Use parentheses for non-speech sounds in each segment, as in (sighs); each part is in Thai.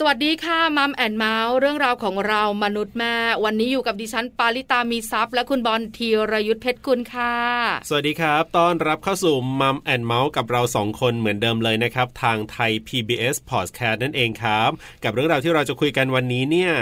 สวัสดีค่ะมัมแอนเมาส์เรื่องราวของเรามนุษย์แม่ วันนี้อยู่กับดิฉันปาริตามีซัพย์และคุณบอลธีรยุทธเพชรกุลค่ะ สวัสดีครับต้อนรับเข้าสู่มัมแอนเมาส์กับเราสองคนเหมือนเดิมเลยนะครับ ทางไทย PBS Podcast นั่นเองครับ กับเรื่องราวที่เราจะคุยกันวันนี้เนี่ย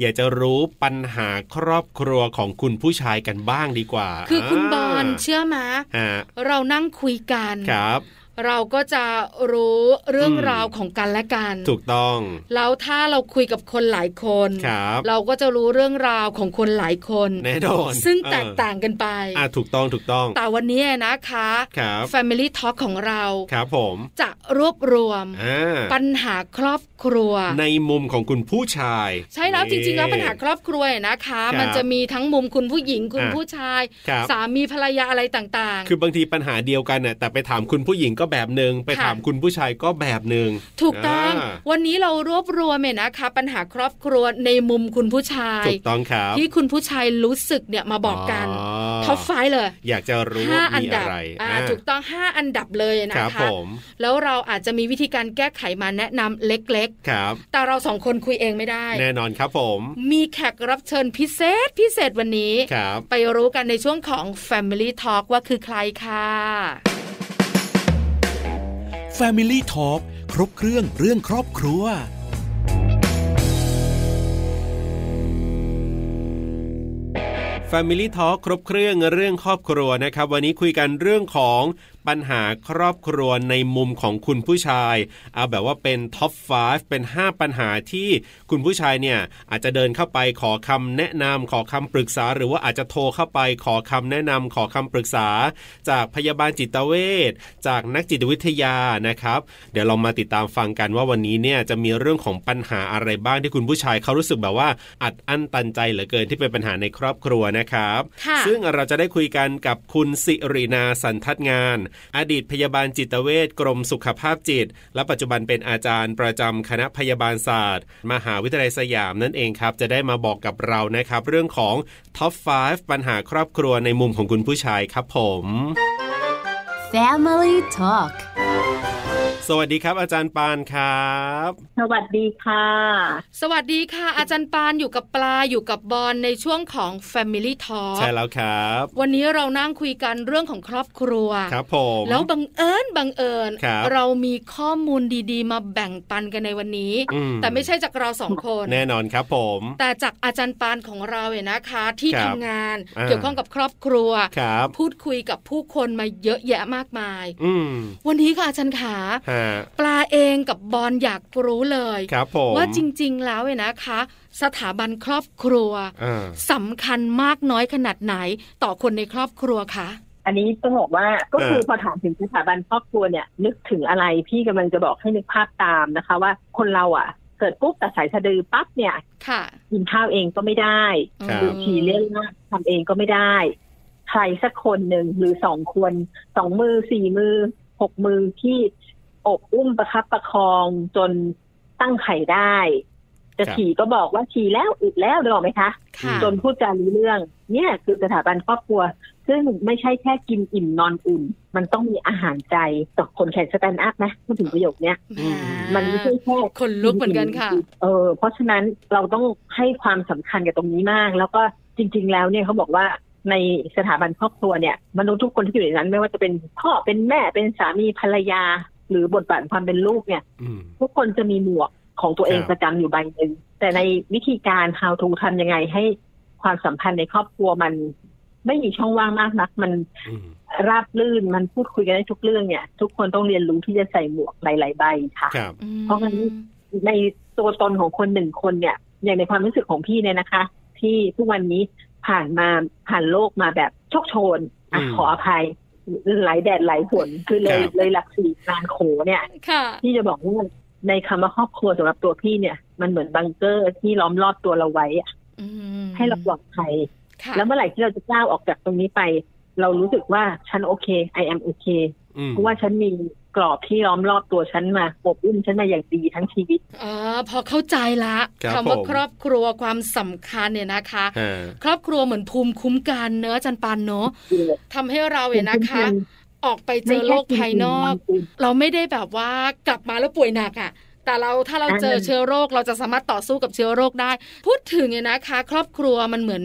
อยากจะรู้ปัญหาครอบครัวของคุณผู้ชายกันบ้างดีกว่า คือคุณบอล ชื่อ เชื่อไหมะ ฮะ เรานั่งคุยกัน ครับ เราก็จะรู้เรื่อง อืม ราวของกันและกัน ถูกต้อง แล้วถ้าเราคุยกับคนหลายคน ครับ เราก็จะรู้เรื่องราวของคนหลายคน แน่นอน ซึ่งแตก เออ ต่างกันไป อ่าถูกต้องถูกต้อง แต่วันนี้นะคะ ครับ Family Talk ของเรา ครับผม จะรวบรวม อ่า ปัญหาครอบครัว ในมุมของคุณผู้ชาย ใช่แล้วจริงๆแล้วปัญหาครอบครัวเนี่ยนะคะ ครับ มันจะมีทั้งมุมคุณผู้หญิงคุณ อ่ะ ผู้ชาย ครับ สามีภรรยาอะไรต่าง คือบางทีปัญหาเดียวกันน่ะแต่ไปถามคุณผู้หญิงก็แบบหนึ่งไป ค่ะ ถามคุณผู้ชายก็แบบหนึ่ง ถูกต้อง า วันนี้เรารวบรวมเนี่ยนะคะ ปัญหาครอบครัวในมุมคุณผู้ชาย ถูกต้องครับ ที่คุณผู้ชายรู้สึกเนี่ยมาบอกกัน อ๋อ ท็อปไฟว์เลย อยากจะรู้ ห้า ว่า อั มี ดั อะ บ ไร อ่า อ่า ถูกต้องห้าอันดับเลยนะครับ คะ ผม แล้วเราอาจจะมีวิธีการแก้ไขมาแนะนำเล็ก ครับ ๆ แต่เราสองคนคุยเองไม่ได้ แน่นอนครับผม มีแขกรับเชิญพิเศษพิเศษวันนี้ ครับ ไปรู้กันในช่วงของ Family Talk ว่าคือใครค่ะ Family Talk ครบเครื่องเรื่องครอบครัว แฟมิลี่ทอครบเครื่องเรื่องครอบครัวนะครับ วันนี้คุยกันเรื่องของปัญหาครอบครัวในมุมของคุณผู้ชาย เอาแบบว่าเป็นท็อป 5 เป็น 5 ปัญหาที่คุณผู้ชายเนี่ยอาจจะเดินเข้าไปขอคำแนะนำขอคำปรึกษา หรือว่าอาจจะโทรเข้าไปขอคำแนะนำขอคำปรึกษา จากพยาบาลจิตเวชจากนักจิตวิทยานะครับ เดี๋ยวเรามาติดตามฟังกันว่าวันนี้เนี่ยจะมีเรื่องของปัญหาอะไรบ้างที่คุณผู้ชายเขารู้สึกแบบว่า อัดอั้นตันใจเหลือเกินที่เป็นปัญหาในครอบครัวนะครับ ค่ะ ซึ่งเราจะได้คุยกันกับคุณสิรินาสันทัดงาน อดีตพยาบาลจิตเวชกรมสุขภาพจิต และปัจจุบันเป็นอาจารย์ประจำคณะพยาบาลศาสตร์ มหาวิทยาลัยสยามนั่นเองครับ จะได้มาบอกกับเรานะครับ เรื่องของท็อป 5 ปัญหาครอบครัวในมุมของคุณผู้ชายครับผม Family Talk สวัสดีครับอาจารย์ปานครับ สวัสดีค่ะ สวัสดีค่ะ อาจารย์ปานอยู่กับปลาอยู่กับบอลในช่วงของ Family Talk ใช่แล้วครับ วันนี้เรานั่งคุยกันเรื่องของครอบครัว ครับผม แล้วบังเอิญบังเอิญ ครับ เรามีข้อมูลดีๆ มาแบ่งปันกันในวันนี้ อืม แต่ไม่ใช่จากเราสองคน แน่นอนครับผม แต่จากอาจารย์ปานของเราเนี่ยนะคะ ที่ ครับ ทำงาน อ่า เกี่ยวข้องกับครอบครัว ครับ พูดคุยกับผู้คนมาเยอะแยะมากมาย อืม วันนี้ค่ะอาจารย์ขา ฮะ ปลาเองกับบอลอยากรู้เลย ครับผม ว่าจริงๆแล้วเนี่ยนะคะ สถาบันครอบครัว อ่า สำคัญมากน้อยขนาดไหนต่อคนในครอบครัวคะ อันนี้ต้องบอกว่าก็คือ เออ พอถามถึงสถาบันครอบครัวเนี่ย นึกถึงอะไรพี่กำลังจะบอกให้นึกภาพตามนะคะ ว่าคนเราอ่ะ เกิดปุ๊บแต่สายสะดือปั๊บเนี่ย ค่ะ กินข้าวเองก็ไม่ได้ ครับ ดูทีเล่นมากทำเองก็ไม่ได้ ใครสักคนหนึ่งหรือสองคนสองมือสี่มือหกมือที่อบอุ้มประคับประคองจนตั้งไข่ได้ จะ ครับ ฉี่ก็บอกว่าฉี่แล้วอึดแล้วได้บอกไหมคะ ค่ะ จนพูดจารู้เรื่อง เนี่ยคือสถาบันครอบครัว ซึ่งไม่ใช่แค่กินอิ่มนอนอุ่น มันต้องมีอาหารใจต่อคนแข่งสแตนด์อัพนะพูดถึงประโยคเนี้ย แห มันไม่ใช่แค่ ขนลุกเหมือนกันค่ะ เออเพราะฉะนั้นเราต้องให้ความสำคัญกับตรงนี้มาก แล้วก็จริง ๆ แล้วเนี่ยเขาบอกว่าในสถาบันครอบครัวเนี่ยมนุษย์ทุกคนที่อยู่ในนั้น ไม่ว่าจะเป็นพ่อเป็นแม่เป็นสามีภรรยา หรือบทบาทความเป็นลูกเนี่ย อืม ทุกคนจะมีหมวกของตัวเอง ครับ ประจำอยู่ใบหนึ่งแต่ในวิธีการ how to ทำยังไงให้ความสัมพันธ์ในครอบครัวมัน ไม่มีช่องว่างมากนัก มัน อืม ราบรื่นมันพูดคุยกันได้ทุกเรื่องเนี่ย ทุกคนต้องเรียนรู้ที่จะใส่หมวกหลายๆใบค่ะ ครับ อืม เพราะงั้น ในตัวตนของคนหนึ่งคนเนี่ย อย่างในความรู้สึกของพี่เนี่ยนะคะ ที่ทุกวันนี้ผ่านมาผ่านโลกมาแบบโชคโชนอ่ะ อืม ขออภัยหลายแดดหลายฝนคือเลย ครับ เลยหลักสี่งานโขเนี่ย ค่ะ ที่จะบอกว่าในคำว่าครอบครัวสำหรับตัวพี่เนี่ย มันเหมือนบังเกอร์ที่ล้อมรอบตัวเราไว้อะ อืม ให้เราปลอดภัย ค่ะ แล้วเมื่อไหร่ที่เราจะก้าวออกจากตรงนี้ไป เรารู้สึกว่าฉันโอเค I am okay อืม เพราะว่าฉันมี กรอบที่ล้อมรอบตัวฉันมาปกอุ้มฉันมาอย่างดีทั้งชีวิต อ๋อพอเข้าใจละ ครับ คำว่า ผม ครอบครัวความสำคัญเนี่ยนะคะ ฮะ ครอบครัวเหมือนภูมิคุ้มกันเนอะอาจันปันเนอะทำให้เราเนี่ยนะคะ ออกไปเจอโลกภายนอก เราไม่ได้แบบว่ากลับมาแล้วป่วยหนักอะ่ะ แต่เราถ้าเรา อ่า เจอเชื้อโรคเราจะสามารถต่อสู้กับเชื้อโรคได้ พูดถึงเนี่ยนะคะ ครอบครัวมันเหมือน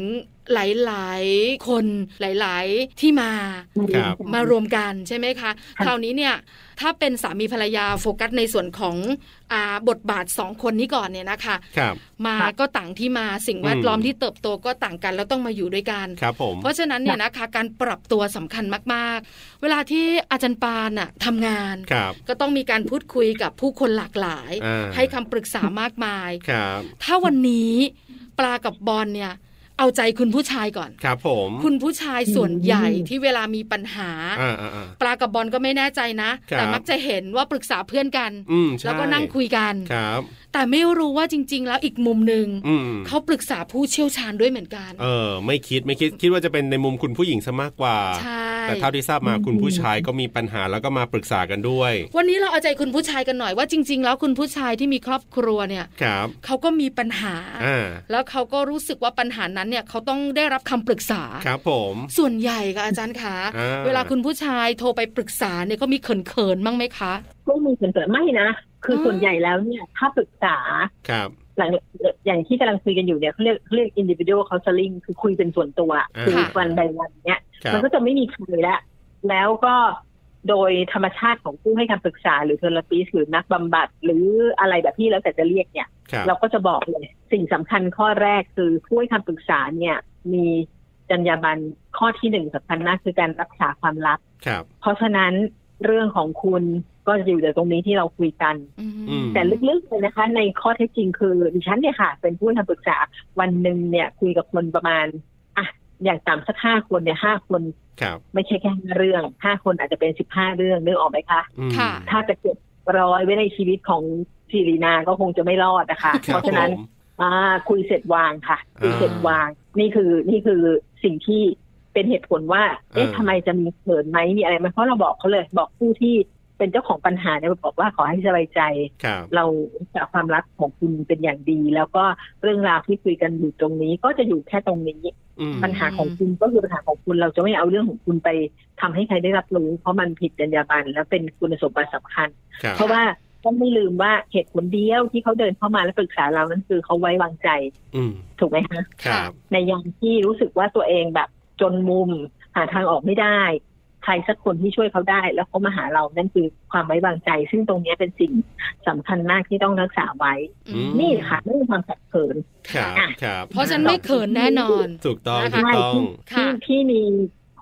หลายๆ คนหลาย ๆ ที่มา ครับ มารวมกันใช่ไหมคะ คราวนี้เนี่ยถ้าเป็นสามีภรรยาโฟกัสในส่วนของอาบทบาทสองคนนี้ก่อนเนี่ยนะคะ ครับ มา ครับ ก็ต่างที่มาสิ่งแวดล้อมที่เติบโตก็ต่างกันแล้วต้องมาอยู่ด้วยกัน ครับผม เพราะฉะนั้นเนี่ยนะคะการปรับตัวสำคัญมากๆ เวลาที่อาจารย์ปานน่ะทำงาน ครับ ก็ต้องมีการพูดคุยกับผู้คนหลากหลาย อ่า ให้คำปรึกษามากมาย ครับ ถ้าวันนี้ปลากับบอลเนี่ย เอาใจคุณผู้ชายก่อน ครับผม คุณผู้ชายส่วนใหญ่ อืม ที่เวลามีปัญหา อ่าอ่าอ่า ปลากับบอลก็ไม่แน่ใจนะ ครับ แต่มักจะเห็นว่าปรึกษาเพื่อนกัน อืมใช่ แล้วก็นั่งคุยกัน ครับ แต่ไม่รู้ว่าจริง ๆ แล้วอีกมุมหนึ่ง อืม เขาปรึกษาผู้เชี่ยวชาญด้วยเหมือนกัน เออ ไม่คิดไม่คิดคิดว่าจะเป็นในมุมคุณผู้หญิงซะมากกว่า ใช่ แต่เท่าที่ทราบมาคุณผู้ชายก็มีปัญหาแล้วก็มาปรึกษากันด้วย วันนี้เราเอาใจคุณผู้ชายกันหน่อยว่าจริง ๆ แล้วคุณผู้ชายที่มีครอบครัวเนี่ย ครับ เขาก็มีปัญหา อ่า แล้วเขาก็รู้สึกว่าปัญหานั้นเนี่ยเขาต้องได้รับคำปรึกษา ครับผม ส่วนใหญ่ค่ะอาจารย์คะ อ่า เวลาคุณผู้ชายโทรไปปรึกษาเนี่ยก็มีเขินๆบ้างไหมคะ ก็มีเกิดไม่นะ คืออ ม ส่วนใหญ่แล้วเนี่ย ถ้าปรึกษา ครับ หลังอย่างที่กำลังคุยกันอยู่เนี่ยเขาเรียกเขาเรียก individual counseling คือคุยเป็นส่วนตัว อ่า คือวันใดวันเนี้ย ครั มั บ นก็จะไม่มีใครแล้วแล้วก็โดยธรรมชาติของผู้ให้คำปรึกษาหรือเทอราปิสหรือนักบำบัด หรืออะไรแบบที่แล้วแต่จะเรียกเนี่ย ครับ เราก็จะบอกเลย สิ่งสำคัญข้อแรกคือผู้ให้คำปรึกษาเนี่ย มีจรรยาบรรณข้อที่หนึ่งสำคัญมากคือการรักษาความลับ ครับ เพราะฉะนั้นเรื่องของคุณก็จะอยู่ในตรงนี้ที่เราคุยกัน อืม อืม แต่ลึกๆเลยนะคะ ในข้อเท็จจริงคือดิฉันเนี่ยค่ะ เป็นผู้ให้คำปรึกษาวันหนึ่งเนี่ย คุยกับคนประมาณอ่ะอย่างต่ำสักห้าคนเนี่ยห้าคน ครับ ไม่ใช่แค่ห้าเรื่องห้าคนอาจจะเป็นสิบห้าเรื่องนึกออกไหมคะ อืม ค่ะ ถ้าจะเก็บร้อยไว้ในชีวิตของสิรินาก็คงจะไม่รอดนะคะ ค เพ รับ ราะฉะนั้น ผม อ่าคุยเสร็จวางค่ะคุยเสร็จวาง นี่คือนี่คือสิ่งที่เป็นเหตุผลว่า เอ๊ะ อ่า ทำไมจะมีเขินไหมมีอะไรไหมเพราะเราบอกเขาเลย บอกผู้ที่เป็นเจ้าของปัญหาเนี่ยบอกว่าขอให้สบายใจ ครับ เราจะความรักของคุณเป็นอย่างดี แล้วก็เรื่องราวที่คุยกันอยู่ตรงนี้ ก็จะอยู่แค่ตรงนี้ อืม ปัญหาของคุณก็คือปัญหาของคุณเราจะไม่เอาเรื่องของคุณไปทำให้ใครได้รับรู้ เพราะมันผิดจรรยาบรรณและเป็นคุณสมบัติสำคัญ ครับ เพราะว่าต้องไม่ลืมว่าเหตุผลเดียวที่เขาเดินเข้ามาและปรึกษาเรานั้นคือเขาไว้วางใจ อืม ถูกไหมคะ ครับ ในยามที่รู้สึกว่าตัวเองแบบจนมุมหาทางออกไม่ได้ ใครสักคนที่ช่วยเขาได้ แล้วเขามาหาเรานั่นคือความไว้วางใจ ซึ่งตรงเนี้ยเป็นสิ่งสำคัญมากที่ต้องรักษาไว้ อืม นี่แหละค่ะไม่มีความขัดเขิน ครับ อ่ะ ครับ เพราะฉะนันไม่เขินแน่นอน ถูกต้อง นะคะ ถูกต้อง ค่ะ ที่ที่มี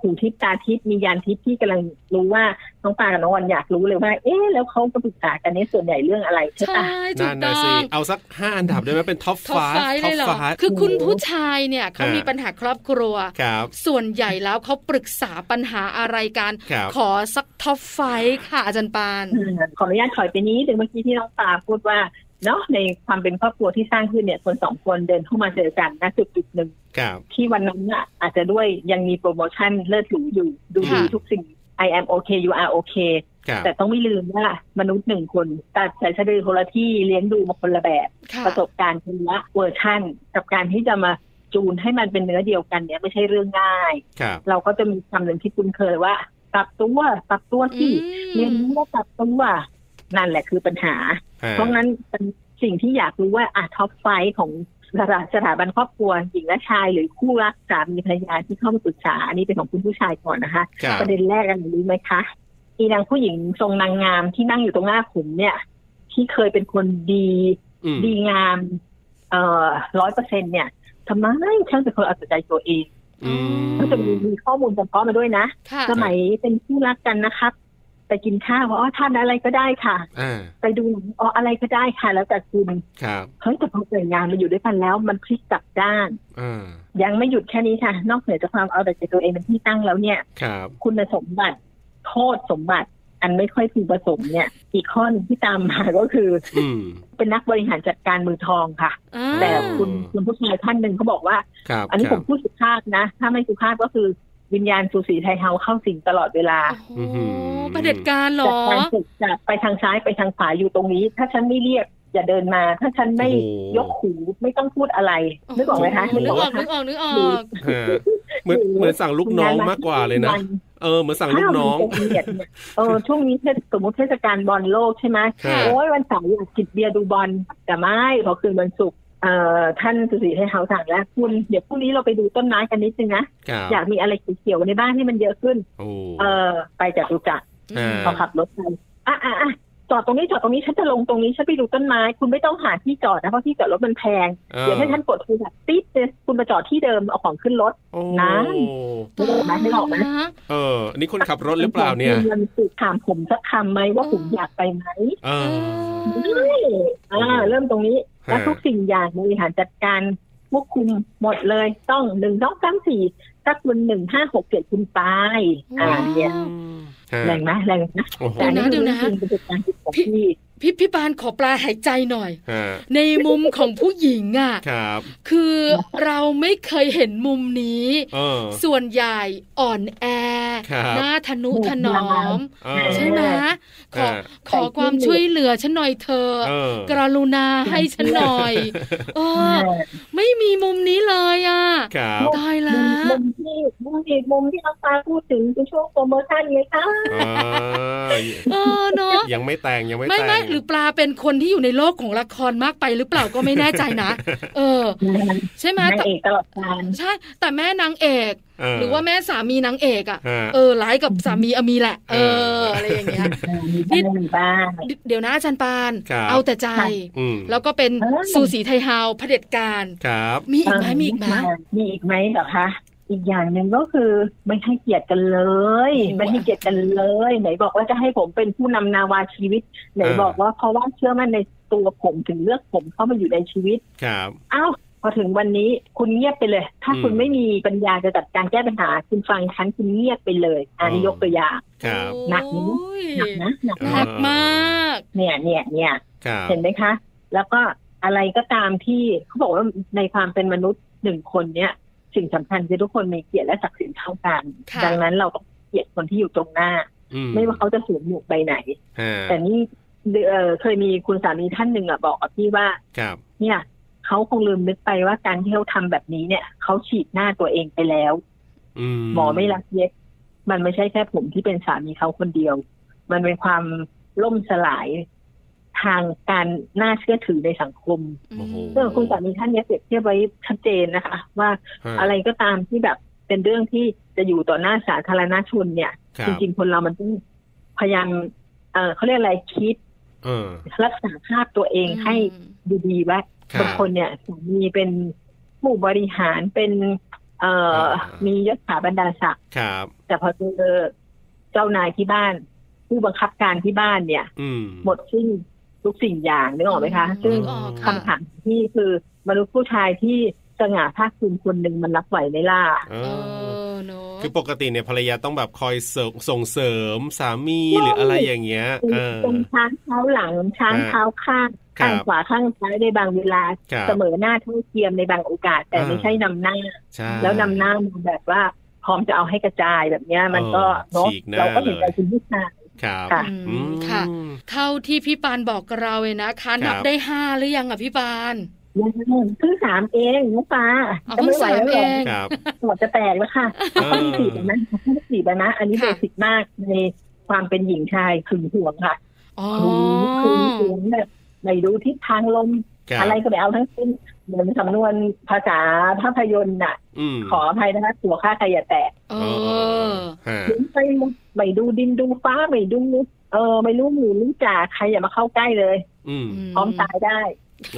หูทิพย์ตาทิพย์มียานทิพย์ที่กำลังรู้ว่าน้องปลากับน้องวันอยากรู้เลยว่า เอ๊ะแล้วเขาปรึกษากันในส่วนใหญ่เรื่องอะไรใช่ ใช่ ปะ ถู นั่ ก น ต้ นะ อ สิ ง เอาสักห้าอันดับได้ไหมเป็นท็อป ท็อป ฟ้า ไฟได้เหรอ คือคุณผู้ชายเนี่ยเขามีปัญหาครอบครัว ครับ ส่วนใหญ่แล้วเขาปรึกษาปัญหาอะไรกัน ครับ ขอสักท็อปไฟว์ค่ะอาจารย์ปาน อืมขออนุญาตถอยไปนี้ถึงเมื่อกี้ที่น้องตาพูดว่าเนาะในความเป็นครอบครัวที่สร้างขึ้นเนี่ยคนสองคนเดินเข้ามาเจอกันนะจุดจุดหนึ่ง ครับ ที่วันนั้นน่ะอาจจะด้วยยังมีโปรโมชั่นเลิศหรูอยู่ ดูดี ค่ะ ทุกสิ่ง I am okay you are okay ครับ แต่ต้องไม่ลืมว่ามนุษย์หนึ่งคนตัดสายสะดือคนละที่เลี้ยงดูมาคนละแบบ ค่ะ ประสบการณ์คนละเวอร์ชั่น กับการที่จะมาจูนให้มันเป็นเนื้อเดียวกันเนี่ยไม่ใช่เรื่องง่าย ครับ เราก็จะมีคำหนึ่งที่คุ้นเคยว่าปรับตัวปรับตัวที่ เรียนรู้ว่าปรับตัวนั่นแหละคือปัญหา เพราะงั้นเป็นสิ่งที่อยากรู้ว่าอ่ะท็อปไฟของสถาสถาบันครอบครัวหญิงและชายหรือคู่รักสามีภรรยาที่เข้ามาปรึกษา อันนี้เป็นของคุณผู้ชายก่อนนะคะ ครับ ประเด็นแรกกันรู้ไหมคะอีนางผู้หญิงทรงนางงามที่นั่งอยู่ตรงหน้าผมเนี่ย ที่เคยเป็นคนดี อืม ดีงามเอ่อร้อยเปอร์เซ็นเนี่ยทำไมช่างเป็นคนเอาแต่ใจตัวเอง อืม ก็จะมีมีข้อมูลเฉพาะมาด้วยนะ ค่ะ สมัยเป็นคู่รักกันนะครับ ไปกินข้าวอ๋อทานอะไรก็ได้ค่ะ อ่า ไปดูหนังอ๋ออะไรก็ได้ค่ะ แล้วแต่คุณ ครับ เฮ้ยแต่พอเกิดงานมาอยู่ด้วยกันแล้ว มันพลิกกลับด้าน อ่า ยังไม่หยุดแค่นี้ค่ะ นอกเหนือจากความเอาแต่ใจตัวเองเป็นที่ตั้งแล้วเนี่ย ครับ คุณสมบัติโทษสมบัติ อันไม่ค่อยพึงประสงค์เนี่ย อีกข้อหนึงที่ตามมาก็คือ อืม เป็นนักบริหารจัดการมือทองค่ะ แต่คุณคุณผู้ชายท่านหนึ่งเขาบอกว่า ครับ อันนี้ ค ผ รับ มพูดสุภาพนะ ถ้าไม่สุภาพก็คือ วิญญาณสูสีไทยเฮาเข้าสิงตลอดเวลา โอ้โห อื้อหือ ประเด็จการเหร จาก อ การฝึกจากไปทางซ้ายไปทางขวาอยู่ตรงนี้ ถ้าฉันไม่เรียกอย่าเดินมา ถ้าฉันไม่ โอ้โห ยกหูไม่ต้องพูดอะไรนึกออกไหมคะ โโนึกออก ไหม นึกออคะกนึกออ หรือ ก ฮะเหมือ (laughs) นเหมือนสั่งลูกน้องมากกว่าเลยนะ วัน เออเหมือนสั่งลูกน้อง ข้าวมัจะเบียดเนี่ยเออช่วงนี้เทศสมมติเทศกาลบอลโลกใช่ไหม ค่ะ โอ้ยวันเสาร์อยากกินเบียร์ดูบอลแต่ไม่พอคืนวันศุกร์เอ่อท่านสุสีให้เขาสั่งแล้วคุณเดี๋ยวพรุ่งนี้เราไปดูต้นไม้กันนิดนึงนะครับอยากมีอะไรเขียวๆในบ้านให้มันเยอะขึ้น โอ้ เออไปจากรุจักร อ่า พอขับรถไปอ่ะอ่ะอ่ะจอดตรงนี้จอดตรงนี้ฉันจะลงตรงนี้ฉันไปดูต้นไม้ คุณไม่ต้องหาที่จอดนะเพราะที่จอดรถมันแพง อ่า เดี๋ยวให้ท่านกดโทรศัพท์ติ๊ดเลยคุณมาจอดที่เดิมเอาของขึ้นรถ โอ้ นะ นึกออกไหมนึกออกไหม เอออันนี้คนขับรถหรือเปล่าเนี่ย มันสุดถามผมสักคำไหมว่าผมอยากไปไหม เอ เอ อ อ ไม่อ่าเริ่มตรงนี้ ฮะ แล้วทุกสิ่งอย่างบริหารจัดการควบคุมหมดเลยต้องหนึ่งสองสามสี่ถ้าคุณหนึ่งห้าหกเจ็ดคุณไปอ่าเนี่ย ฮะ แรงไหมแรงนะ โอ้โห แต่อันนี่ เดี๋ยวคือ นะ จริงเป็นประสบการณ์ของพี่ พี่พี่ปานขอปลาหายใจหน่อย ฮะ ในมุมของผู้หญิงอ่ะ ครับ คือเราไม่เคยเห็นมุมนี้ เออ ส่วนใหญ่อ่อนแอ ครับ หน้าทะนุถนอม เออ ใช่ไหมขอ เออ ขอความช่วยเหลือฉันหน่อยเธอะ เออก รุณาให้ฉันหน่อย เออ ไม่มีมุมนี้เลยอ่ะ ครับ ตายละ มุมที่มุมที่มุมที่น้องฟ้าพูดถึงคือช่วงโปรโมชั่นไงคะ อ่ (laughs) า เออเนาะ ยังไม่แต่งยังไม่ ไม่ แต่ง ไม่หรือปลาเป็นคนที่อยู่ในโลกของละครมากไปหรือเปล่าก็ไม่แน่ใจนะ เออ ใช่ไหม นาง แต่ เอกตลอดการ ใช่ แต่แม่นางเอก เออ หรือว่าแม่สามีนางเอกอ่ะ ฮะ เออร้ายกับสามีอมีแหละ เอออะไรอย่างเงี้ย มีบ้างมีบ้าง เดี๋ยวเดี๋ยวนะอาจารย์ปาน ครับ เอาแต่ใจ ม แล้วก็เป็น เออ สูสีไทยเฮาเผด็จการ ครับ มีอีกไหมมีอีกไหม มีอีกไหมเหรอคะอีกอย่างหนึ่งก็คือไม่ให้เกียรติกันเลย โอ้โห ไม่ให้เกียรติกันเลย ไหนบอกว่าจะให้ผมเป็นผู้นำนาวาชีวิต ไหน เออ บอกว่าเพราะว่าเชื่อมั่นในตัวผมถึงเลือกผมเข้ามาอยู่ในชีวิต ครับ เอ้าพอถึงวันนี้คุณเงียบไปเลย ถ้า อืม คุณไม่มีปัญญาจะจัดการแก้ปัญหา คุณฟังฉันคุณเงียบไปเลยอันนี้ อืม ยกตัวอย่าง ครับ หนักนิดนึง โอ้ย หนักนะหนัก ห นะ นักมาก เนี่ยเนี่ยเนี่ย ครับ เห็นไหมคะ แล้วก็อะไรก็ตามที่เขาบอกว่าในความเป็นมนุษย์หนึ่งคนเนี่ย สิ่งสำคัญคือทุกคนมีเกียรติและศักดิ์ศรีเท่ากัน ค่ะ ดังนั้นเราต้องเกียรติคนที่อยู่ตรงหน้า อื ไม่ว่าเขาจะสวมหมวกใบไหน ฮะ แต่นี่เอ่อเคยมีคุณสามีท่านหนึ่งอะบอกกับพี่ว่า ครับ เนี่ยเขาคงลืมนึกไปว่าการที่เขาทำแบบนี้เนี่ยเขาฉีดหน้าตัวเองไปแล้ว อืม หมอไม่รักเย็บมันไม่ใช่แค่ผมที่เป็นสามีเขาคนเดียว มันเป็นความล่มสลายทางการน่าเชื่อถือในสังคม โอ้โห เรื่องคุณสามีท่านเนี้ยเปรียบเทียบไว้ชัดเจนนะคะ ว่า ฮ อะไรก็ตามที่แบบเป็นเรื่องที่จะอยู่ต่อหน้าสาธารณชนเนี่ย ครั จ บ ริงๆคนเรามันต้องพยายามเอ่อเขาเรียกอะไรคิด เออ รักษาภาพตัวเองให้ดีๆไว้ ครับ บางคนเนี่ยมีเป็นผู้บริหารเป็น เอ่ออา มียศถาบรรดาศักดิ์ ครับ แต่พอเจอเจ้านายที่บ้าน ผู้บังคับการที่บ้านเนี่ย อืม หมดสิ้นทุกสิ่งอย่างนึกออกไหมคะ อื ซึ่ง นึกออกค่ะ คำถามที่คือมนุษย์ผู้ชายที่สง่าภาคภูมิคนหนึ่งมันรับไหวไหมล่ะ เอ เอ อ อเนาะ คือปกติเนี่ยภรรยาต้องแบบคอยเสริมส่งเสริมสามีหรืออะไรอย่างเงี้ย เป็น เออ เป็นช้างเท้าหลังช้าง อ่า เท้าข้าง ครับ ข้างขวาข้างซ้ายในบางเวลา ครับ เสมอหน้าเท่าเทียมในบางโอกาส แต่ อ่า ไม่ใช่นำหน้า ใช่ แล้วนำหน้ามาแบบว่าพร้อมจะเอาให้กระจายแบบเนี้ย มันก็ เออ เนาะ ฉีกหน้า เราก็เห็นใจคุณผู้ชาย ครับ ค่ะ อื อื ม ม ค่ะ เท่าที่พี่ปานบอกกับเราเลยนะคะนับ ครับ ได้ห้าหรือยังอ่ะพี่ปาน ยังเพิ่งสามเองน้องฟ้า อ๋อ จะไม่ไหวแล้วเหรอ เพิ่งสามเอง ครับ หัวจะแตกแล้วค่ะ เออ ต้องสี่นะต้องสี่นะ อันนี้เบ ค่ะ สิกมากในความเป็นหญิงชายขึงหวงค่ะ อ๋อ ขึงหวงแบบไม่รู้ทิศทางลม ครับ อะไรก็ไม่เอาทั้งสิ้นเหมือนสำนวนภาษาภาพยนตร์น่ะ อืม ขออภัยนะคะหัวข้าใครอย่าแตก เอ เอ อ ฮะ ถึงไปไม่ดูดินดูฟ้าไม่ดูเออไม่รู้หมูรู้จ่าใครอย่ามาเข้าใกล้เลย อืม พร้อมตายได้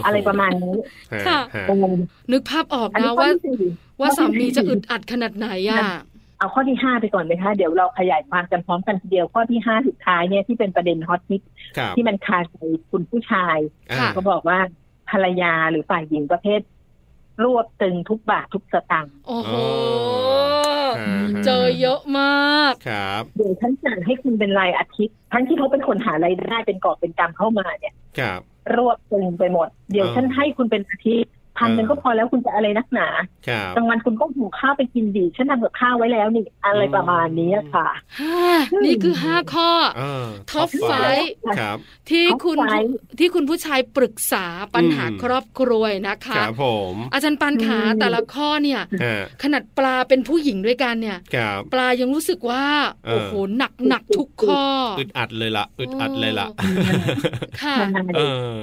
อะไรประมาณนี้ ฮะ ค่ะ ฮะ เออ นึกภาพออก อันนี้ นะ ข้อ ว่า ที่สี่ ว่าสามีจะอึดอัดขนาดไหนอ่ะ เอาข้อที่ห้าไปก่อนไหมคะ เดี๋ยวเราขยายความกันพร้อมกันทีเดียวข้อที่ห้าสุดท้ายเนี่ยที่เป็นประเด็นฮอตฮิต ครับ ที่มันคาใจคุณผู้ชาย อ่า ค่ะ ก็บอกว่าภรรยาหรือฝ่ายหญิงประเภท รวบตึงทุกบาททุกสตางค์ โอ้โห ฮะฮะ เจอเยอะมาก (sighs) ครับ เดี๋ยวฉันสั่งให้คุณเป็นรายอาทิตย์ ทั้งที่เขาเป็นคนหารายได้เป็นกอบเป็นกำเข้ามาเนี่ย ครับ รวบตึงไปหมด เดี๋ยว อ่า ฉันให้คุณเป็นอาทิตย์ พันหนึ่งก็พอแล้วคุณจะอะไรนักหนา ครับ กลางวันคุณก็หุงข้าวไปกินดีฉันทำกับข้าวไว้แล้วนี่อะไรประมาณนี้ค่ะ ห้านี่คือห้าข้อ อ่า Top Top five five ครับ ที่ ท็อป คุณ ไฟว์ ที่คุณผู้ชายปรึกษาปัญหา อืม ครอบครัวนะคะ ครับผม อาจารย์ปันขา อืม แต่ละข้อเนี่ย ฮะ ขนาดปลาเป็นผู้หญิงด้วยกันเนี่ย ครับ ปลายังรู้สึกว่า เออ โอ้โหหนักหนักทุกข้ออ อึดอัดเลยล่ะอึดอัดเลยล่ะ ค่ะ เออ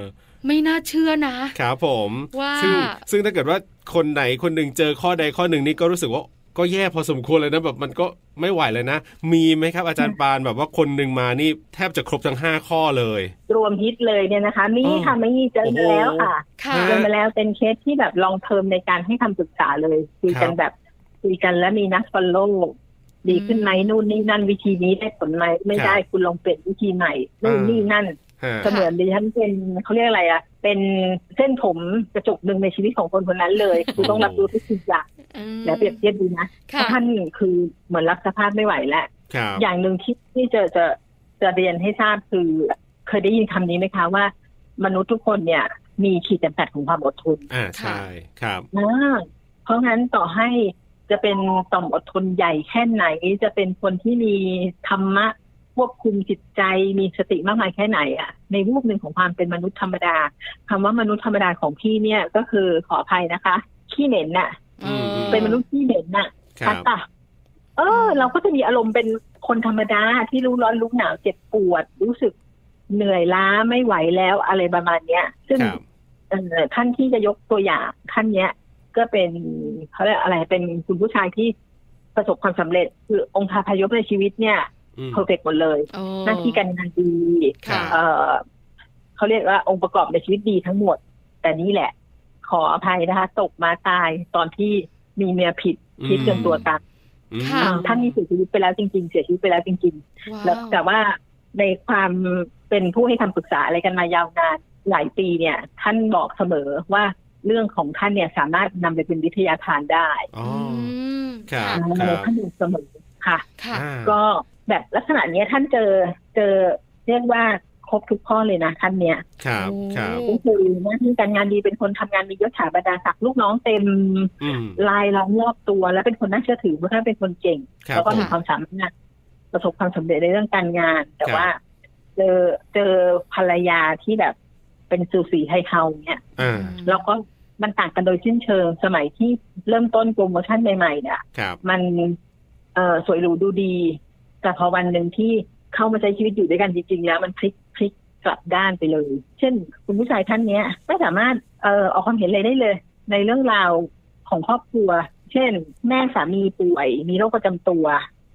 ไม่น่าเชื่อนะ ครับผม ว่า ซึ่งซึ่งถ้าเกิดว่าคนไหนคนหนึ่งเจอข้อใดข้อหนึ่งนี่ก็รู้สึกว่าก็แย่พอสมควรเลยนะแบบมันก็ไม่ไหวเลยนะ มีไหมครับอาจารย์ปานแบบว่าคนหนึ่งมานี่แทบจะครบทั้งห้าข้อเลย รวมฮิตเลยเนี่ยนะคะ นี่ อ๋อ ค่ะไม่มีเจอมาแล้วค่ะ ค่ะ โอ้โหเจอมาแล้วเป็นเคสที่แบบลองเทอมในการให้คำปรึกษาเลยคุยกัคนรับ แบบคุยกันแล้วมีนักฟอลโล่ดีขึ้นไหมนู่นนี่นั่นวิธีนี้ได้ผลไหมไม่ได้คุณลองเปลี่ยนวิธีใหม่นู่นนี่นั่น ฮะ เสมือนดิฉันเป็นเขาเรียกอะไรอะเป็นเส้นผมกระจกหนึ่งในชีวิตของคนคนนั้นเลย คือต้องรับรู้ทุกสิ่งอย่าง อืม และเปรียบเทียบดูนะ ค่ะ ท่านคือเหมือนรับสภาพไม่ไหวแล้ว ครับ อย่างหนึ่งที่ที่จะจะจะเรียนให้ทราบคือ เคยได้ยินคำนี้ไหมคะว่า มนุษย์ทุกคนเนี่ย มีขีดจำกัดของความอดทน อ่าใช่ครับ อ่าเพราะงั้นต่อให้จะเป็นต่อมอดทนใหญ่แค่ไหน จะเป็นคนที่มีธรรมะควบคุมจิตใจ มีสติมากมายแค่ไหนอะในรูปหนึ่งของความเป็นมนุษย์ธรรมดาคำว่ามนุษย์ธรรมดาของพี่เนี่ยก็คือขออภัยนะคะ ขี้เหม็นน่ะ อืม เป็นมนุษย์ขี้เหม็นน่ะ ค ชั รั ด บ ปะเออ เราก็จะมีอารมณ์เป็นคนธรรมดาที่รู้ร้อนรู้หนาวเจ็บปวด รู้สึกเหนื่อยล้าไม่ไหวแล้วอะไรประมาณเนี้ย ซึ่ง ครับ เอ่อท่านที่จะยกตัวอย่างท่านเนี้ย ก็เป็นเขาเรียกอะไรเป็นคุณผู้ชายที่ประสบความสำเร็จ คือองค์คาพยพในชีวิตเนี่ย อืม เพอร์เฟกหมดเลย โอ้ หน้าที่การงานดี ค่ะ เออเขาเรียกว่าองค์ประกอบในชีวิตดีทั้งหมด แต่นี่แหละ ขออภัยนะคะ ตกมาตายตอนที่มีเมียผิดคิดจนตัวตาย อืม ค่ะ อ่าท่านนี้เสียชีวิตไปแล้วจริง ๆ เสียชีวิตไปแล้วจริง ว้า ๆ แล้วแต่ว่าในความเป็นผู้ให้คำปรึกษาอะไรกันมายาวนานหลายปีเนี่ย ท่านบอกเสมอว่าเรื่องของท่านเนี่ยสามารถนำไปเป็นวิทยาทานได้ อ๋อ ม ครับ อ่าท่านบอกเสมอค่ะ ค่ะ อ่า ก็แบบลักษณะเนี้ยท่านเจอเจอเรียกว่าครบทุกข้อเลยนะท่านเนี่ย ครับ โอ้ ครับ ก็คือหน้าที่การงานดีเป็นคนทำงานมียศถาบรรดาศักดิ์ลูกน้องเต็ม อืม ลายล้อมรอบตัว และเป็นคนน่าเชื่อถือเพราะท่านเป็นคนเก่ง ครับ แล้วก็ ผ มี ม ความสามารถประสบความสำเร็จในเรื่องการงาน แต่ว่า เจอเจอภรรยาที่แบบเป็นสูสีไฮเฮาเนี่ย อ่า แล้วก็มันต่างกันโดยสิ้นเชิงสมัยที่เริ่มต้นโปรโมชั่นใหม่ๆเนี่ย ครับ มันเอ่อสวยหรูดูดี แต่พอวันหนึ่งที่เข้ามาใช้ชีวิตอยู่ด้วยกันจริงๆแล้ว มันพลิกพลิกกลับด้านไปเลย เช่น คุณผู้ชายท่านเนี้ยไม่สามารถเอ่อออกความเห็นอะไรได้เลย ในเรื่องราวของครอบครัว เช่น แม่สามีป่วย มีโรคประจำตัว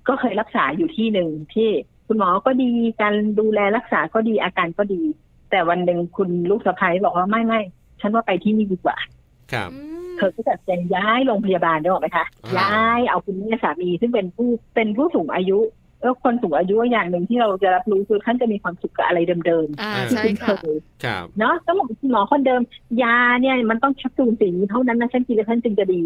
ก็เคยรักษาอยู่ที่หนึ่งที่คุณหมอก็ดีการดูแลรักษาก็ดีอาการก็ดี แต่วันหนึ่งคุณลูกสะพ้ยบอกว่าไม่ไม่ฉันว่าไปที่นี่ดีกว่า ครับ เธอก็ตัดสินใจย้ายโรงพยาบาลได้หรอกไหมคะ ย้ายเอาคุณแม่สามีซึ่งเป็นผู้เป็นผู้สูงอายุแล้วคนสูงอายุอย่างหนึ่งที่เราจะรับรู้คือท่านจะมีความสุขกับอะไรเดิม อ่า ๆที่ ใช่ คุณเค ค่ะ ย ครับ เนาะต้องบอกคุณหมอคนเดิม ยาเนี่ยมันต้องแคปซูลสีนี้เท่านั้นนะฉันกินแล้วฉันจึงจะดี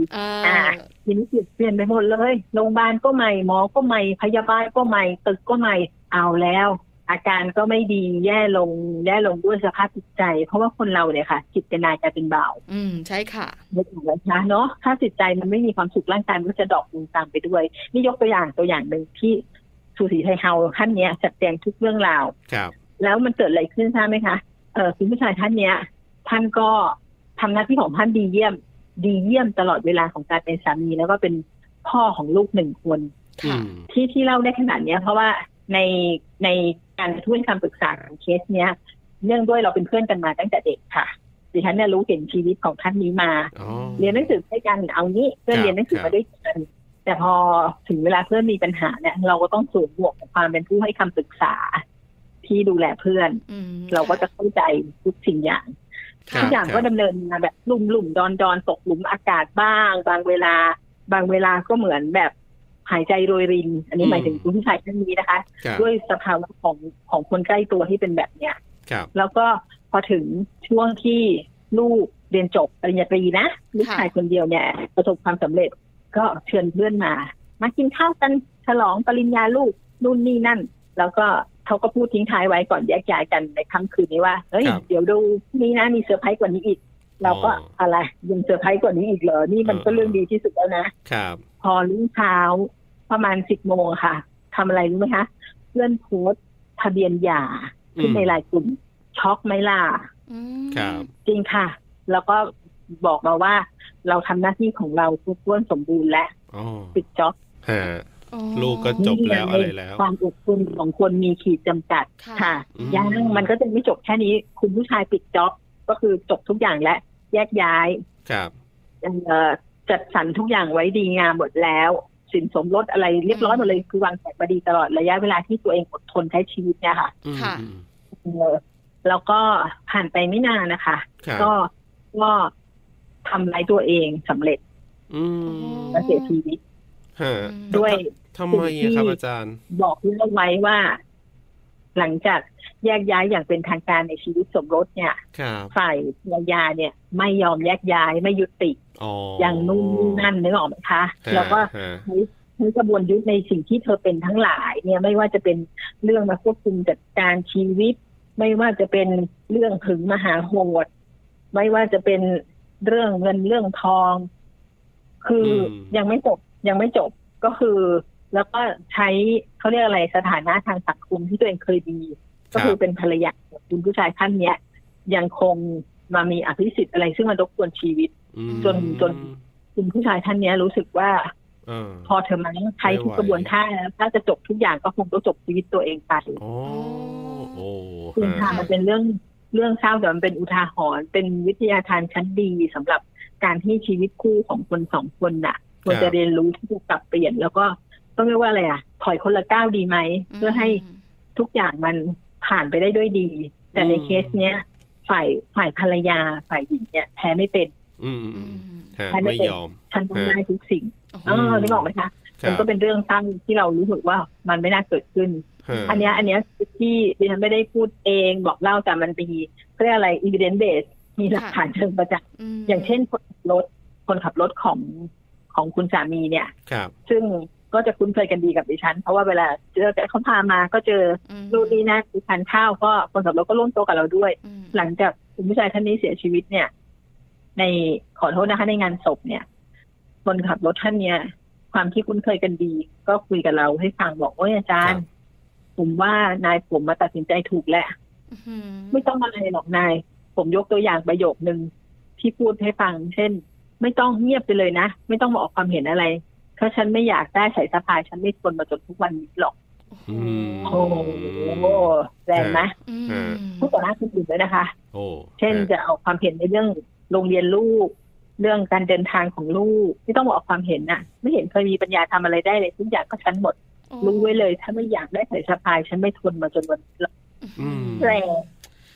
อ่า ทีนี้เปลี่ยนไปหมดเลยโรงพยาบาลก็ใหม่หมอก็ใหม่พยาบาลก็ใหม่ตึกก็ใหม่เอาแล้ว อาการก็ไม่ดีแย่ลงแย่ลงด้วยสภาพจิตใจ เพราะว่าคนเราเนี่ยค่ะ จิตเป็นนายกลายเป็นบ่าว อืมใช่ค่ะ นึกออกไหมคะเนาะถ้าจิตใจมันไม่มีความสุขร่างกายมันก็จะดรอปลงตามไปด้วย นี่ยกตัวอย่างตัวอย่างหนึ่งที่สุสีไทยเฮาท่านเนี้ยจัดแจงทุกเรื่องราว ครับ แล้วมันเกิดอะไรขึ้นทราบไหมคะเออคุณผู้ชายท่านเนี้ย ท่านก็ทำหน้าที่ของท่านดีเยี่ยม ดีเยี่ยมตลอดเวลาของการเป็นสามี แล้วก็เป็นพ่อของลูกหนึ่งคน อื ค่ะ ม ที่ที่เล่าได้ขนาดเนี้ย เพราะว่าในในการทุนคำปรึกษาของเคสเนี้ย เนื่องด้วยเราเป็นเพื่อนกันมาตั้งแต่เด็กค่ะดิฉันเนี่ยรู้เห็นชีวิตของท่านนี้มา อ๋อ เรียนหนังสือด้วยกันเอางี้เพื่อน ครับ เรียนหนังสือ ครั มา บ ด้วยกันแต่พอถึงเวลาเพื่อนมีปัญหาเนี่ย เราก็ต้องสวมหมวกของความเป็นผู้ให้คำปรึกษา ที่ดูแลเพื่อน อืม เราก็จะเข้าใจทุกสิ่งอย่าง ครับ ทุกอย่าง ครับ ก็ดำเนินมาแบบลุ่มๆดอนๆตกหลุมอากาศบ้าง บางเวลา บางเวลาก็เหมือนแบบหายใจโรยริน อันนี้ อืม หมายถึงคุณผู้ชายท่านนี้นะคะ ครับ ด้วยสภาวะของของคนใกล้ตัวที่เป็นแบบเนี้ย ครับ แล้วก็พอถึงช่วงที่ลูกเรียนจบปริญญาตรีนะลูกชายคนเดียวเนี่ยประสบความสำเร็จก็เชิญเพื่อนมา มากินข้าวกันฉลองปริญญาลูกนู่นนี่นั่น แล้วก็เขาก็พูดทิ้งท้ายไว้ก่อนแยกย้ายกันในค่ำคืนนี้ว่าเฮ้ยเดี๋ยวดูพรุ่งนี้นะมีเซอร์ไพรส์กว่านี้อีก เราก็ อ๋ออ อะไรยังเซอร์ไพรส์กว่านี้อีกเหรอนี่มันก็เรื่องดีที่สุดแล้วนะ ครับ พอรุ่งเช้าประมาณสิบโมงค่ะทำอะไรรู้ไหมคะเพื่อนโพสต์ทะเบียนหย่าขึ้นในไลน์กลุ่มช็อกไหมล่ะ อืม ครับ จริงค่ะ แล้วก็บอกมาว่า เราทำหน้าที่ของเราครบถ้วนสมบูรณ์และ อ๋อ ปิดจ็อบ ฮะ อ๋อ ลูกก็ จบแล้วอะไรแล้ว ความอดทนของคนมีขีดจำกัด ค่ะ ค่ะ อืม ยังมันก็จะไม่จบแค่นี้ คุณผู้ชายปิดจ็อบก็คือจบทุกอย่างและแยกย้าย ครับ เอ่อจัดสรรทุกอย่างไว้ดีงามหมดแล้ว สินสมรสอะไรเรียบร้อยหมดเลยคือวางแผนมาดีตลอดระยะเวลาที่ตัวเองอดทนใช้ชีวิตเนี่ยค่ะ อืม ค่ะ อืม เออแล้วก็ผ่านไปไม่นานนะคะ ครับ ก็ก็ทำร้ายตัวเองสำเร็จ อืม และเสียชีวิต ฮะ ด้วย ทำไมอะครับอาจารย์ บอกเรื่องไว้ว่า หลังจากแยกย้ายอย่างเป็นทางการในชีวิตสมรสเนี่ย ครับ ฝ่ายภรรยาเนี่ย ไม่ยอมแยกย้ายไม่ยุติ อ๋อ ยังนู่นนี่นั่นนึกออกไหมคะ ฮะ แล้วก็ ฮะ ใช้ใช้กระบวนยุทธในสิ่งที่เธอเป็นทั้งหลายเนี่ยไม่ว่าจะเป็นเรื่องมาควบคุมจัดการชีวิต ไม่ว่าจะเป็นเรื่องถึงมหาโหด ไม่ว่าจะเป็นเรื่องเงินเรื่องทอง คืออ ม ยังไม่จบยังไม่จบก็คือ แล้วก็ใช้เขาเรียกอะไรสถานะทางสังคมที่ตัวเองเคยดีก็คือเป็นภรรยาของคุณผู้ชายท่านเนี้ย ยังคงมามีอภิสิทธิ์อะไรซึ่งมันรบกวนชีวิต อืม จนจน คุณผู้ชายท่านเนี้ยรู้สึกว่า เออ พอเธอมานั่งใช้ ไม่ไหว ทุกกระบวนท่าแล้วถ้าจะจบทุกอย่างก็คงต้องจบชีวิตตัวเองไป โอ้โอ้ จริงค่ะ ฮะ มันเป็นเรื่องเรื่องเศร้าแต่มันเป็นอุทาหรณ์เป็นวิทยาทานชั้นดีสำหรับการที่ชีวิตคู่ของคนสองคนน่ะควรจะเรียนรู้ที่จะปรับเปลี่ยน แล้วก็ต้องเรียกว่าอะไรอ่ะ ถอยคนละก้าวดีไหม เพื่อให้ทุกอย่างมันผ่านไปได้ด้วยดี แต่ในเคสเนี้ย ฝ่ายฝ่ายภรรยาฝ่ายหญิงเนี่ยแพ้ไม่เป็น อืมอืม อื อืมมฮะ แพ้ ไม่ เป็น ยอม ฉันต้อง ฮะ ได้ทุกสิ่ง โอ้โห เออนึกออกไหมคะ ครั มั บ นก็เป็นเรื่องตั้งที่เรารู้สึกว่ามันไม่น่าเกิดขึ้น ฮะ อันเนี้ยอันเนี้ยที่ดิฉันไม่ได้พูดเองบอกเล่าแต่มันมีเขาเรียกอะไร evidence base มีหลักฐานเชิงประจักษ์ ม อย่างเช่นคนขับรถคนขับรถของของคุณสามีเนี่ย ครับ ซึ่งก็จะคุ้นเคยกันดีกับดิฉัน เพราะว่าเวลาเจอเขาพามาก็เจอ อืม รูดนี่นะดิฉันข้าวก็คนขับรถก็ร่วมโต๊ะกับเราด้วย อืม หลังจากคุณผู้ชายท่านนี้เสียชีวิตเนี่ย ในขอโทษนะคะในงานศพเนี่ยคนขับรถท่านเนี่ย ความที่คุ้นเคยกันดี ก็คุยกับเราให้ฟังบอกโอ้ยอาจารย์ ครับ ผมว่านายผมมาตัดสินใจถูกแล้ว อืม ไม่ต้องอะไรหรอกนาย ผมยกตัวอย่างประโยคนึงที่พูดให้ฟัง เช่น ไม่ต้องเงียบไปเลยนะ ไม่ต้องมาออกความเห็นอะไรถ้าฉันไม่อยากได้สายสะพาย ฉันไม่ทนมาจนทุกวันนี้หรอก โอ้โห อืม โอ้โหแรงนะ อืม พูดต่อหน้าคนอื่นด้วยนะคะ โอ้ เช่น ฮะ จะออกความเห็นในเรื่องโรงเรียนลูก เรื่องการเดินทางของลูกที่ต้องมาออกความเห็นน่ะ ไม่เห็นเคยมีปัญญาทำอะไรได้เลยทุกอย่างก็ฉันหมด รู้ไว้เลย ถ้าไม่อยากได้สายสะพาย ฉันไม่ทนมาจนวันแรง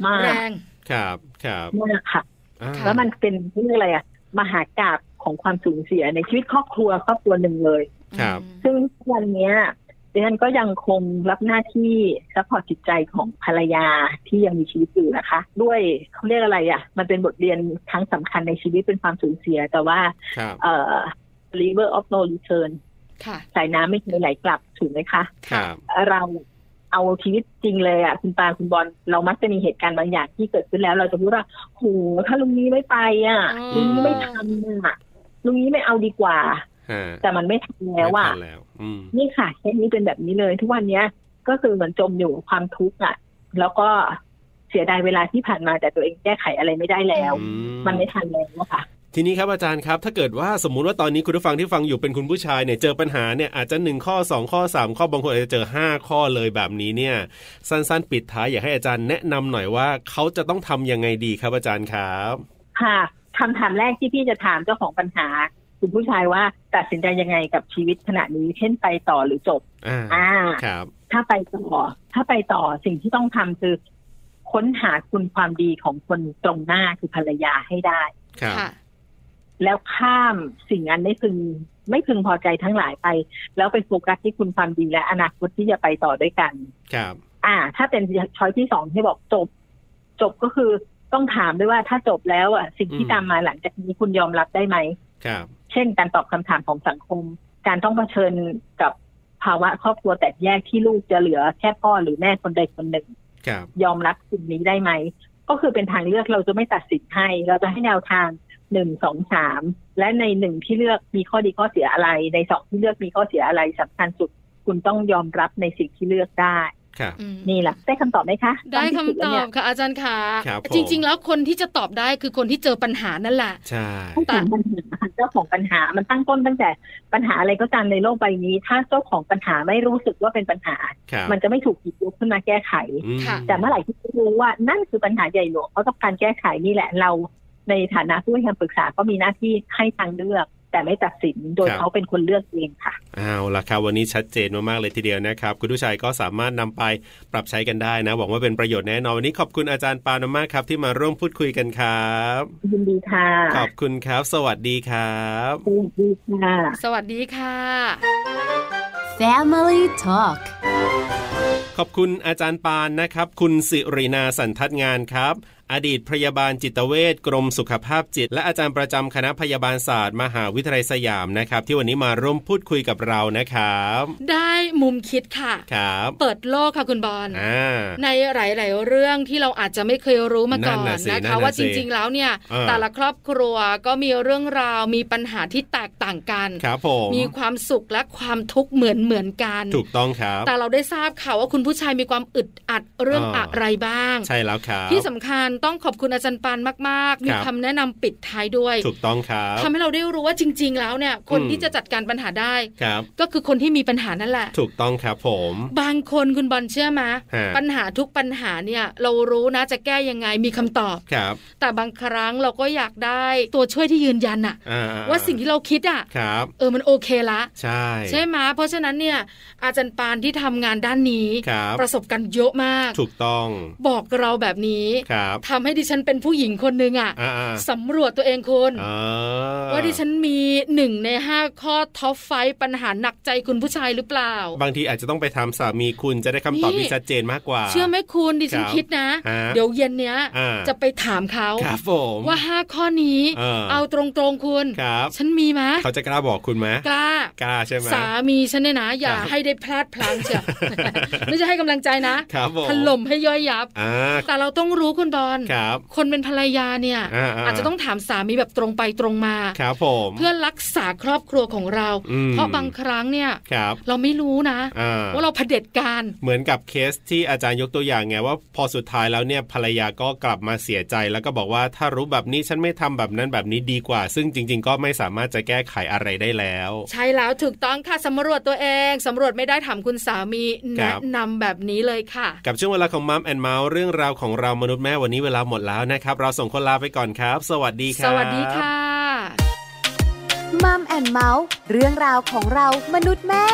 มาก แรง ครับครับ มากค่ะ อ่า แล้วมันเป็นเรื่องอะไรอะมหากาบของความสูญเสียในชีวิตครอบครัวครอบครัวหนึ่งเลย ครับ ซึ่งทุกวันเนี้ยดิฉันก็ยังคงรับหน้าที่ซัพพอร์ตจิตใจของภรรยาที่ยังมีชีวิตอยู่นะคะ ด้วยเขาเรียกอะไรอะ่ะ มันเป็นบทเรียนครั้งสำคัญในชีวิตเป็นความสูญเสีย แต่ว่า ครับ เอ่อ river of no return ค่ะ สายน้ำไม่เคยไหลกลับถูกไหมคะ ครับ เราเอาชีวิตจริงเลยอะ่ะ คุณปาคุณบอลเรามักจะมีเหตุการณ์บางอย่างที่เกิดขึ้นแล้ว เราจะพูดว่าโหถ้าลุงนี้ไม่ไปอะ่ะ อืม ลุงนี้ไม่ทำอ่ะลุงนี้ไม่เอาดีกว่า ฮะ แต่มันไม่ทำแล้วอ่ะ ไม่ทันแล้ว อืม นี่ค่ะเคสนี้เป็นแบบนี้เลย ทุกวันเนี้ย ก็คือเหมือนจมอยู่กับความทุกข์อ่ะ แล้วก็เสียดายเวลาที่ผ่านมาแต่ตัวเองแก้ไขอะไรไม่ได้แล้ว อื มันไม่ทันแล้วอะค่ะ ทีนี้ครับอาจารย์ครับ ถ้าเกิดว่าสมมุติว่าตอนนี้คุณผู้ฟังที่ฟังอยู่เป็นคุณผู้ชายเนี่ยเจอปัญหาเนี่ยอาจจะ 1 ข้อ 2 ข้อ 3 ข้อบางคนอาจจะเจอ 5 ข้อเลยแบบนี้เนี่ย สั้นๆ ปิดท้ายอยากให้อาจารย์แนะนำหน่อยว่าเขาจะต้องทำยังไงดีครับอาจารย์ครับ ค่ะคำถามแรกที่พี่จะถามเจ้าของปัญหา คุณผู้ชายว่าตัดสินใจยังไงกับชีวิตขณะนี้ เช่นไปต่อหรือจบ อ่า อ่า ครับ ถ้าไปต่อ ถ้าไปต่อสิ่งที่ต้องทำคือ ค้นหาคุณความดีของคนตรงหน้าคือภรรยาให้ได้ ครับ ค่ะ แล้วข้ามสิ่งอันไม่พึงไม่พึงพอใจทั้งหลายไป แล้วไปโฟกัสที่คุณความดีและอนาคตที่จะไปต่อด้วยกัน ครับ อ่า ถ้าเป็นช้อยที่สองที่บอกจบ จบก็คือต้องถามด้วยว่าถ้าจบแล้วอ่ะสิ่งที่ อืม ตามมาหลังจากนี้คุณยอมรับได้ไหม ครับ เช่น การตอบคำถามของสังคม การต้องเผชิญกับภาวะครอบครัวแตกแยกที่ลูกจะเหลือแค่พ่อหรือแม่คนใดคนหนึ่ง ครับ ยอมรับสิ่งนี้ได้ไหม ก็คือเป็นทางเลือกเราจะไม่ตัดสินให้ เราจะให้แนวทางหนึ่งสองสามและในหนึ่งที่เลือกมีข้อดีข้อเสียอะไร ในสองที่เลือกมีข้อเสียอะไรสำคัญสุด คุณต้องยอมรับในสิ่งที่เลือกได้ ครับ อืม นี่แหละได้คำตอบไหมคะ ได้คำ นที่สุ ต แล้ว อ เนี่ บ ย ค่ะอาจารย์ค่ะ ครับผม จริง ๆ แล้วคนที่จะตอบได้คือคนที่เจอปัญหานั่นแหละ ใช่ ผู้ถามปัญหาเจ้าของปัญหามันตั้งต้นตั้งแต่ปัญหาอะไรก็ตามในโลกใบนี้ ถ้าเจ้าของปัญหาไม่รู้สึกว่าเป็นปัญหา ครับ มันจะไม่ถูกหยิบยกขึ้นมาแก้ไข อืม ค่ะ แต่เมื่อไหร่ที่เขารู้ว่านั่นคือปัญหาใหญ่หลวงเขาต้องการแก้ไขนี่แหละเรา ในฐานะผู้ให้คำปรึกษาก็มีหน้าที่ให้ทางเลือก แต่ไม่ตัดสินโดยเขาเป็นคนเลือกเองค่ะ เอาละครับวันนี้ชัดเจนมากๆเลยทีเดียวนะครับ คุณผู้ชายก็สามารถนำไปปรับใช้กันได้นะหวังว่าเป็นประโยชน์แน่นอนวันนี้ขอบคุณอาจารย์ปานมากครับ ที่มาร่วมพูดคุยกันครับ ยินดีค่ะ ขอบคุณครับ สวัสดีครับ สวัสดีค่ะ สวัสดีค่ะ Family Talk ขอบคุณอาจารย์ปานนะครับ คุณสิรินาสันทัดงานครับ อดีตพยาบาลจิตเวชกรมสุขภาพจิต และอาจารย์ประจำคณะพยาบาลศาสตร์ มหาวิทยาลัยสยามนะครับ ที่วันนี้มาร่วมพูดคุยกับเรานะครับ ได้มุมคิดค่ะ ครับ เปิดโลกค่ะคุณบอล อ่า ในหลาย ๆ เรื่องที่เราอาจจะไม่เคยรู้มาก่อน นั่นน่ะสิ นะ นั่น คะ น่ะ ว่า สิ จริง ๆ แล้วเนี่ย เออ แต่ละครอบครัวก็มีเรื่องราวมีปัญหาที่แตกต่างกัน ครับผม มีความสุขและความทุกข์เหมือนเหมือนๆกัน ถูกต้องครับ แต่เราได้ทราบค่ะว่าคุณผู้ชายมีความอึดอัดเรื่อง เอออ อะไรบ้าง ใช่แล้วครับ ที่สำคัญต้องขอบคุณอาจารย์ปานมาก ๆ มีคำแนะนำปิดท้ายด้วย ถูกต้องครับ ทำให้เราได้รู้ว่าจริง ๆ แล้วเนี่ยคน อืม ที่จะจัดการปัญหาได้ ครับ ก็คือคนที่มีปัญหานั่นแหละ ถูกต้องครับผม บางคนคุณบอลเชื่อไหม ฮะ ปัญหาทุกปัญหาเนี่ย เรารู้นะจะแก้ยังไงมีคำตอบ ครับ แต่บางครั้งเราก็อยากได้ตัวช่วยที่ยืนยันอะ อ่า ว่าสิ่งที่เราคิดอะ ครับ เออมันโอเคละ ใช่ ใช่ไหมเพราะฉะนั้นเนี่ยอาจารย์ปานที่ทำงานด้านนี้ ครับ ประสบการณ์เยอะมาก ถูกต้อง บอกเราแบบนี้ ครับ ทำให้ดิฉันเป็นผู้หญิงคนหนึ่งอะ อ่าอ่า สำรวจตัวเองคุณ อ่ ว่าดิฉันมีหนึ่งในห้าข้อท็อปไฟปัญหาหนักใจคุณผู้ชายหรือเปล่า บางทีอาจจะต้องไปถามสามีคุณจะได้คำตอบ นี่ ที่ชัดเจนมากกว่า เชื่อไหมคุณดิฉัน ครับ คิดนะ ฮะ เดี๋ยวเย็นเนี้ย อ่า จะไปถามเขา ครับผม ว่าห้าข้อนี้ เออ เอาตรงๆคุณ ครับ ฉันมีมะ เขาจะกล้าบอกคุณไหม กล้า กล้าใช่ไหม (laughs) สามีฉันเนี่ยนะอย่า ครับ ให้ได้พลาดพลั้งเชียว (laughs) ไม่ใช่ให้กำลังใจนะครับ ผม ถล่มให้ย่อยยับ อ่า แต่เราต้องรู้คุณบอล ครับ คนเป็นภรรยาเนี่ย อ่าจๆจะต้องถามสามีแบบตรงไปตรงมา ครับผม เพื่อรักษาครอบครัวของเรา อืม เพราะบางครั้งเนี่ย ครับ เราไม่รู้นะ อ่า ว่าเราเผด็จการ เหมือนกับเคสที่อาจารย์ยกตัวอย่างไงว่าพอสุดท้ายแล้วเนี่ยภรรยาก็กลับมาเสียใจ แล้วก็บอกว่าถ้ารู้แบบนี้ฉันไม่ทำแบบนั้นแบบนี้ดีกว่า ซึ่งจริง ๆ ก็ไม่สามารถจะแก้ไขอะไรได้แล้ว ใช่แล้วถูกต้องค่ะสำรวจตัวเองสำรวจไม่ได้ถามคุณสามี คแนะรับ นำแบบนี้เลยค่ะ กับช่วงเวลาของมัมแอนเมาส์เรื่องราวของเรามนุษย์แม่วันนี้เวลาหมดแล้วนะครับ เราส่งคนลาไปก่อนครับ สวัสดีค ส รับ วัสดีค่ะ มัมแอนเมาส์เรื่องราวของเรามนุษย์แม่